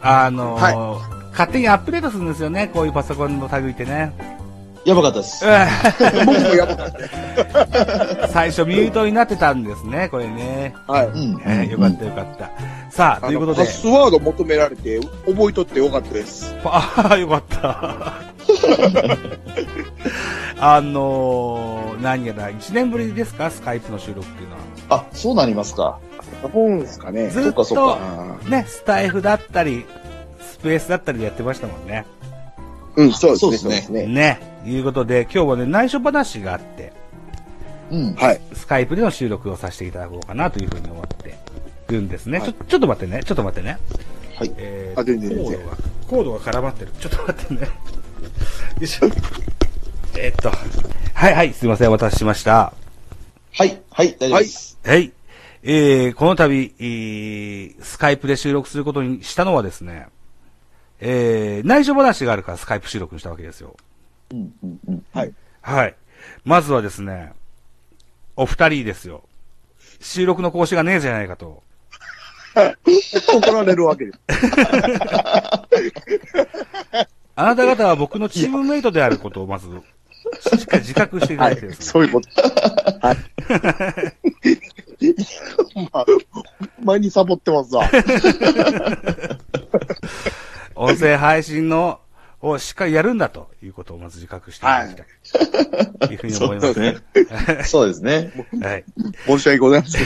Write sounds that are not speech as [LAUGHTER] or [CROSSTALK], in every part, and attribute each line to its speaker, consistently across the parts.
Speaker 1: あのー
Speaker 2: は
Speaker 1: 勝手にアップデートするんですよね、こういうパソコンの類ってね。
Speaker 3: やばかったです。
Speaker 2: 僕もやばかったね。
Speaker 1: 最初ミュートになってたんですね、これね。
Speaker 2: はい。
Speaker 3: うん
Speaker 1: えーよかったよかった。さあ、ということ
Speaker 2: あ
Speaker 1: で
Speaker 2: のパ。スワード求められて、覚えとってよかったです。
Speaker 1: [LAUGHS] ああ、よかった。 [LAUGHS] あのー、何やら、1年ぶりですかスカイプの収録っていうのは。
Speaker 3: あ、そうなりますか。
Speaker 2: 本ですかね。
Speaker 1: ずっ
Speaker 3: そっかそ
Speaker 1: と
Speaker 3: っ、
Speaker 1: ね、スタイフだったり、スペースだったりでやってましたもんね。
Speaker 2: うん、そうです
Speaker 3: そう
Speaker 2: ね。
Speaker 3: で
Speaker 2: そ
Speaker 3: す
Speaker 2: うで
Speaker 3: ね
Speaker 2: すね。
Speaker 1: ね。いうことで、今日はね、内緒話があって、
Speaker 3: うん。
Speaker 2: はい。
Speaker 1: スカイプでの収録をさせていただこうかなというふうに思ってるんですね。
Speaker 2: はい
Speaker 1: ちょ、ちょっと待ってね、ちょっと待ってね。
Speaker 3: はい
Speaker 1: え
Speaker 2: あ全然全然
Speaker 1: コードが、コードが絡まってる。ちょっと待ってね。 [LAUGHS] よいしょ。えっと。はいはい、すいません、お待たせしました。
Speaker 3: はい。はい。大丈夫です。
Speaker 1: はい。えー、この度、えースカイプで収録することにしたのはですね、えー、内緒話があるからスカイプ収録にしたわけですよ。
Speaker 3: うん。うん。うん。
Speaker 2: はい。
Speaker 1: はい。まずはですね、お二人ですよ。収録の更新がねえじゃないかと。
Speaker 2: 怒られるわけです。
Speaker 1: あなた方は僕のチームメイトであることをまず、しっかり自覚していただいてですね。
Speaker 2: [LAUGHS] そういうこと。はい。 [LAUGHS] まあ、前にサボってますわ。
Speaker 1: 音声配信の、をしっかりやるんだということをまず自覚していただきたい。というふうに思います。
Speaker 3: ね。そうですね。
Speaker 1: はい。
Speaker 2: 申し訳ございません。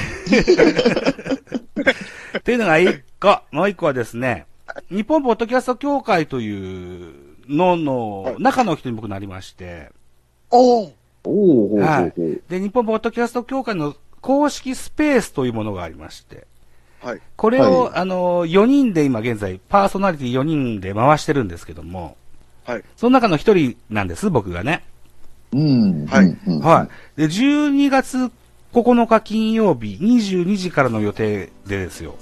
Speaker 1: というのが一個。もう一個はですね、日本ポッドキャスト協会というのの中の人に僕なりまして、
Speaker 2: おお
Speaker 3: おおほうほ
Speaker 1: は
Speaker 3: うほう。
Speaker 1: で、日本ポッドキャスト協会の公式スペースというものがありまして、
Speaker 2: はい。
Speaker 1: これを、
Speaker 3: はい
Speaker 1: あの、4人で今現在、パーソナリティ4人で回してるんですけども、
Speaker 2: はい。
Speaker 1: その中の1人なんです、僕がね。
Speaker 3: うん。
Speaker 2: はい
Speaker 3: うん。うん
Speaker 1: はい。で、12月9日金曜日22時からの予定でですよ。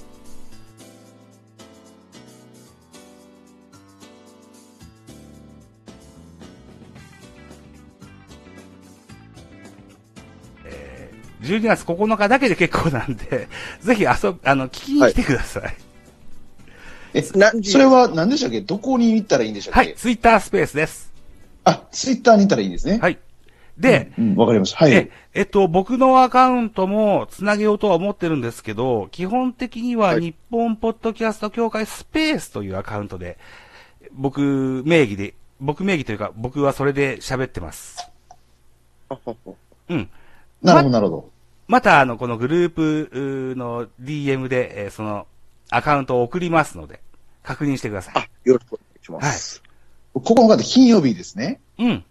Speaker 1: えー12月9日だけで結構なんで、 [LAUGHS] ぜひ遊び、あの、聞きに来てください。
Speaker 3: え、
Speaker 2: 何時
Speaker 3: それは何でしたっけどこに行ったらいいんでしたっけ
Speaker 1: はい、ツイッタースペースです。
Speaker 3: あ、ツイッターに行ったらいいんですね。
Speaker 1: はい。で、
Speaker 3: うん、わかりました。はい。
Speaker 1: え、えっと、僕のアカウントもつなげようとは思ってるんですけど、基本的には
Speaker 2: はい
Speaker 1: 日本ポッドキャスト協会スペースというアカウントで、僕名義で、僕名義というか、僕はそれで喋ってます。うん。
Speaker 3: なるほど、
Speaker 1: ま
Speaker 3: なるほど。
Speaker 1: また、あの、このグループうーの DM で、えーそのアカウントを送りますので、確認してくださ
Speaker 2: あ、よろしくお願いします。
Speaker 3: ここの方、金曜日ですね。
Speaker 1: い。うん。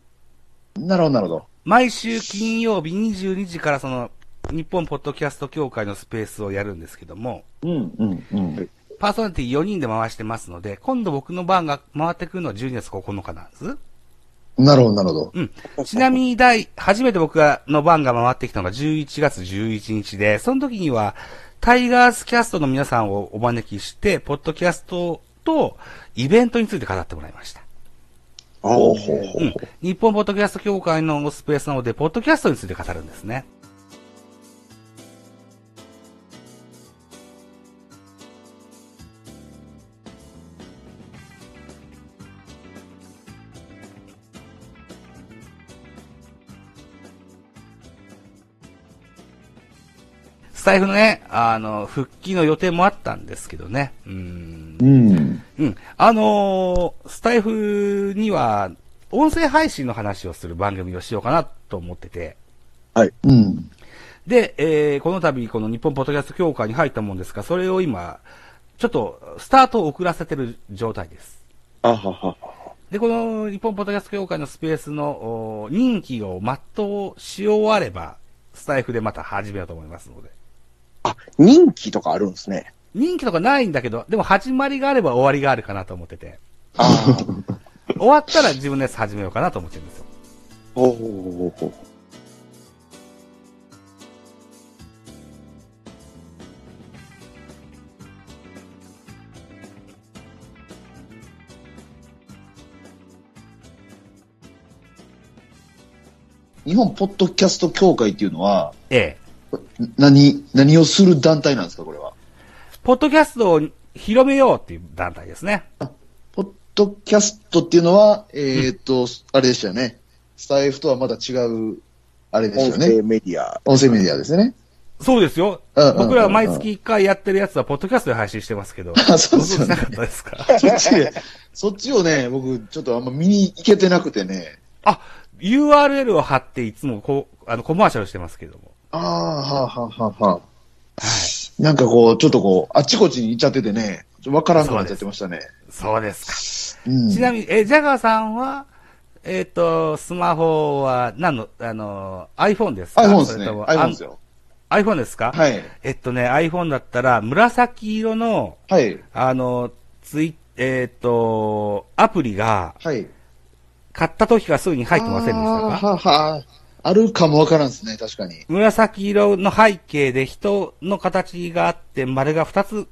Speaker 3: なるほど、なるほど。
Speaker 1: 毎週金曜日22時からその、日本ポッドキャスト協会のスペースをやるんですけども、
Speaker 3: うん、うん、うん。
Speaker 1: パーソナリティ4人で回してますので、今度僕の番が回ってくるのは12月9日なんです。
Speaker 3: なるほど、なるほど。
Speaker 1: うん。ちなみに第、初めて僕がの番が回ってきたのが11月11日で、その時には、タイガースキャストの皆さんをお招きして、ポッドキャストとイベントについて語ってもらいました。
Speaker 3: ほうほうほ
Speaker 1: うん。日本ポッドキャスト協会のスペースなので、ポッドキャストについて語るんですね。スタイフのね、あの、復帰の予定もあったんですけどね。うん
Speaker 3: う。うん。
Speaker 1: うん。あのースタイフには、音声配信の話をする番組をしようかなと思ってて。
Speaker 3: うん。
Speaker 1: で、えーこの度、この日本ポッドキャスト協会に入ったもんですが、それを今、ちょっと、スタートを遅らせてる状態です。
Speaker 2: あはは。
Speaker 1: で、この日本ポッドキャスト協会のスペースの、お任期を全うし終われば、スタイフでまた始めようと思いますので。
Speaker 2: あ、人気とかあるんですね。
Speaker 1: 任期とかないんだけど、でも始まりがあれば終わりがあるかなと思ってて、
Speaker 2: あ
Speaker 1: 終わったら自分のやつ始めようかなと思ってるんですよ。
Speaker 2: あ。おおお
Speaker 3: 日本ポッドキャスト協会っていうのは、
Speaker 1: ええ。
Speaker 3: 何、何をする団体なんですか、これは。
Speaker 1: ポッドキャストを広めようっていう団体ですね。
Speaker 3: ポッドキャストっていうのは、えーっと、あれでしたよね。スタイフとはまた違う、あれです
Speaker 2: 音
Speaker 3: よ
Speaker 2: 声
Speaker 3: ね。
Speaker 2: メディア。
Speaker 3: 音声メディアですよね。
Speaker 1: そうですよ。
Speaker 3: うんうんうんうん
Speaker 1: 僕らは毎月1回やってるやつは、ポッドキャストで配信してますけど。
Speaker 3: あそうです
Speaker 1: ご存
Speaker 3: よ
Speaker 1: 知な
Speaker 3: ね
Speaker 1: かったですか
Speaker 3: そっち、そっちをね、僕、ちょっとあんま見に行けてなくてね。
Speaker 1: あ、URL を貼っていつもこう、あの、コマーシャルしてますけども。
Speaker 3: ああ、はあ、はあ、はあ、はあ。なんかこう、ちょっとこう、あっちこっちに行っちゃっててね、ちょっとわからんくなっちゃってましたね。
Speaker 1: そうです
Speaker 3: うん
Speaker 1: か。ちなみに、え、ジャガーさんは、えっ、と、スマホは、何の、あの、iPhone ですか
Speaker 3: iPhone です
Speaker 1: そ
Speaker 3: ね。
Speaker 1: れとも
Speaker 3: iPhone ですよ。
Speaker 1: あん iPhone ですか
Speaker 3: はい。
Speaker 1: えっとね、iPhone だったら、紫色の、
Speaker 3: はい。
Speaker 1: あの、ツイえっ、と、アプリが、
Speaker 3: はい。
Speaker 1: 買った時からすぐに入ってませんでしたか
Speaker 3: あーはあはあ。あるかもわからんですね、確かに。
Speaker 1: 紫色の背景で人の形があって、丸が2つ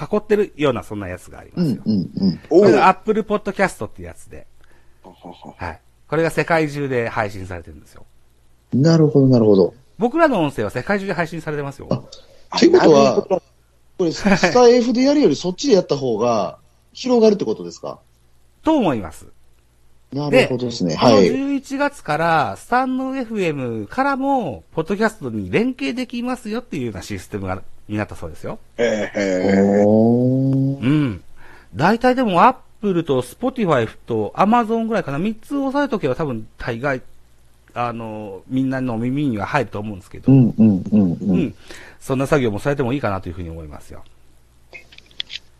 Speaker 1: 囲ってるような、そんなやつがあり
Speaker 3: う
Speaker 1: ます
Speaker 3: ん
Speaker 1: よ。、
Speaker 3: うん、うん。
Speaker 2: お
Speaker 1: これ
Speaker 2: う
Speaker 1: が Apple Podcast ってやつで、
Speaker 2: ははは
Speaker 1: はい。これが世界中で配信されてるんですよ。
Speaker 3: なるほど、なるほど。
Speaker 1: 僕らの音声は世界中で配信されてますよ。
Speaker 3: あっていうことは
Speaker 2: なるほど
Speaker 3: これ、スタイフでやるよりそっちでやった方が広がるってことですか
Speaker 1: と思います。
Speaker 3: なるほどですね。
Speaker 1: こ
Speaker 3: は
Speaker 1: の
Speaker 3: い。
Speaker 1: 11月から、スタンド FM からも、ポッドキャストに連携できますよっていうようなシステムが、になったそうですよ。
Speaker 2: えーへー
Speaker 3: おー
Speaker 1: うん。大体でも、アップルとスポティファイとアマゾンぐらいかな、3つ押さえとけば多分大概、あの、みんなの耳には入ると思うんですけど、
Speaker 3: う
Speaker 1: うん。
Speaker 3: ん、うん、うん、うん。
Speaker 1: そんな作業もされてもいいかなというふうに思いますよ。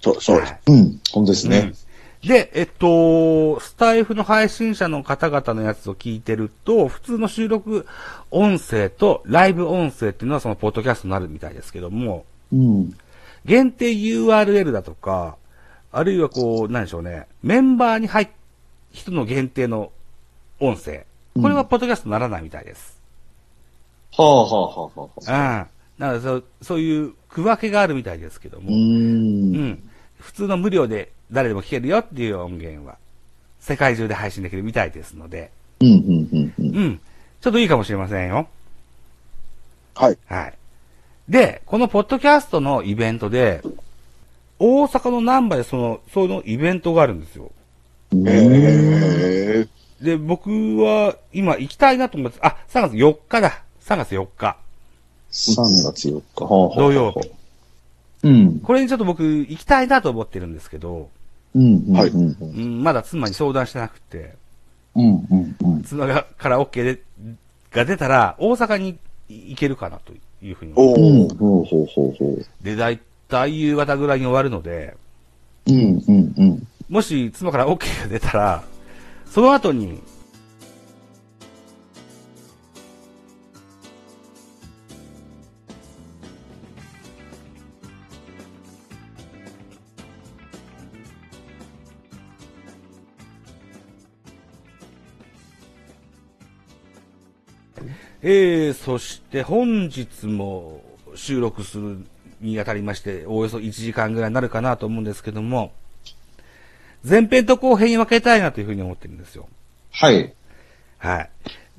Speaker 2: そう、そうです。
Speaker 3: うん、本当ですね。
Speaker 1: うんで、えっと、スタイフの配信者の方々のやつを聞いてると、普通の収録音声とライブ音声っていうのはそのポッドキャストになるみたいですけども、
Speaker 3: うん。
Speaker 1: 限定 URL だとか、あるいはこう、なんでしょうね、メンバーに入っ、人の限定の音声。これはポッドキャストにならないみたいです。
Speaker 3: はあ、はあ、はあ、は
Speaker 1: うん。なのでそう、そういう区分けがあるみたいですけど
Speaker 3: う。
Speaker 1: も、うん普通の無料で誰でも聞けるよっていう音源は、世界中で配信できるみたいですので、
Speaker 3: うん、うん、うん、うん。
Speaker 1: うん。ちょっといいかもしれませんよ。
Speaker 2: はい。
Speaker 1: はい。で、このポッドキャストのイベントで、大阪の難波でその、そのイベントがあるんですよ。
Speaker 2: えー
Speaker 1: で、僕は今行きたいなと思って、あ、3月4日だ。3月4日。
Speaker 3: 3月4日。はあはあ
Speaker 1: 土曜日。
Speaker 3: うん。
Speaker 1: これにちょっと僕行きたいなと思ってるんですけど、
Speaker 3: うん、うん、
Speaker 2: はい
Speaker 3: うん、
Speaker 1: うん、まだ妻に相談してなくて、
Speaker 3: うん、うん、うん。
Speaker 1: 妻がから OK でが出たら、大阪に行けるかなというふうに思う。
Speaker 2: お
Speaker 3: うん、
Speaker 2: う
Speaker 3: ほうほうほうほう。
Speaker 1: で、だいたい夕方ぐらいに終わるので、
Speaker 3: うん、うん、うん。
Speaker 1: もし妻から OK が出たら、その後に、えー、そして本日も収録するにあたりまして、おおよそ1時間ぐらいになるかなと思うんですけども、前編と後編に分けたいなというふうに思ってるんですよ。
Speaker 3: はい。
Speaker 1: はい。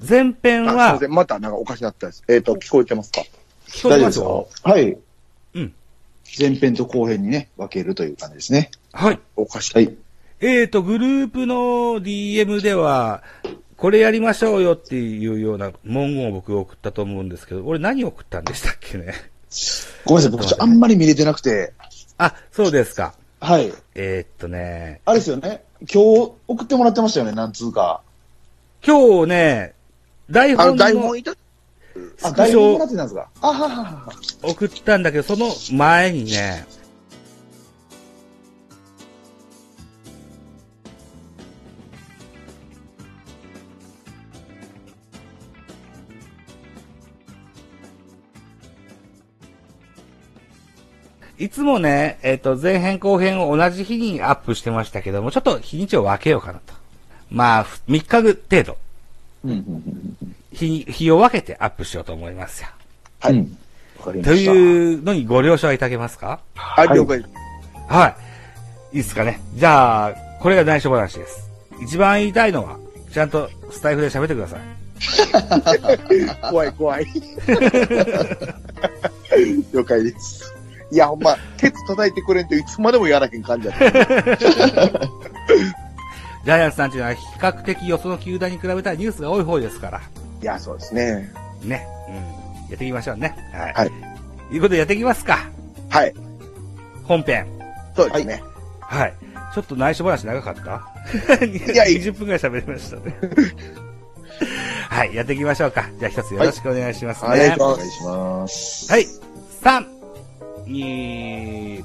Speaker 1: 前編
Speaker 2: あすいま
Speaker 1: は
Speaker 2: せ、ん。またなんかおかしなったです。えっと、聞こえてますか
Speaker 1: 聞こえ
Speaker 3: 大丈
Speaker 1: て
Speaker 3: 夫
Speaker 1: ま
Speaker 3: ですす
Speaker 1: よ。
Speaker 3: よ。はい。
Speaker 1: うん。
Speaker 3: 前編と後編にね、分けるという感じですね。
Speaker 1: はい。
Speaker 2: おかしい。
Speaker 3: はい。
Speaker 1: えーと、グループの DM では、これやりましょうよっていうような文言を僕送ったと思うんですけど、俺何送ったんでしたっけね。 [LAUGHS]
Speaker 3: ごめんなさい、僕ちょっとあんまり見れてなくて。
Speaker 1: あ、そうですか。
Speaker 3: はい。
Speaker 1: えーっとね、
Speaker 3: あれですよね。今日送ってもらってましたよね、何通か。
Speaker 1: 今日ね、台
Speaker 2: あの、
Speaker 1: 本
Speaker 2: 台
Speaker 1: の
Speaker 2: 本いた
Speaker 3: あ、
Speaker 1: スク
Speaker 3: 台
Speaker 1: シ
Speaker 3: 本もら
Speaker 1: ョ
Speaker 3: ってたんですか。あはははは。
Speaker 1: を送ったんだけど、その前にね、いつもね、えっ、と、前編後編を同じ日にアップしてましたけども、ちょっと日にちを分けようかなと。まあ、ふ3日ぐ程度、
Speaker 3: うんうんうん
Speaker 1: 日に、日を分けてアップしようと思いますよ。
Speaker 2: はい
Speaker 3: うん
Speaker 2: わかり
Speaker 1: と
Speaker 2: う。
Speaker 1: いうのにご了承いただけますか
Speaker 2: はい、了解です。
Speaker 1: はい。いいですかね。じゃあ、これが内緒話です。一番言いたいのは、ちゃんとスタイフで喋ってください。
Speaker 2: 怖い、怖い。了解です。いや、ほんま、ケツ叩いてくれんといつまでもやらへん感じやっ
Speaker 1: ジ
Speaker 2: た。
Speaker 1: ャイアンツなんていうのは比較的よその球団に比べたらニュースが多い方ですから。
Speaker 2: いや、そうですね。
Speaker 1: ね。うん。やっていきましょうね。はい。
Speaker 2: はい。
Speaker 1: いうことでやっていきますか。
Speaker 2: はい。
Speaker 1: 本編。
Speaker 2: そうですね。
Speaker 1: はい。ちょっと内緒話長かった [LAUGHS]
Speaker 2: いやいい
Speaker 1: ?20 分くらい喋りましたね。 [LAUGHS] はい。やっていきましょうか。じゃあ一つよろしくお願いしますね。
Speaker 2: はい
Speaker 3: お
Speaker 2: お願いします
Speaker 3: 願いします。
Speaker 1: はい。3、2、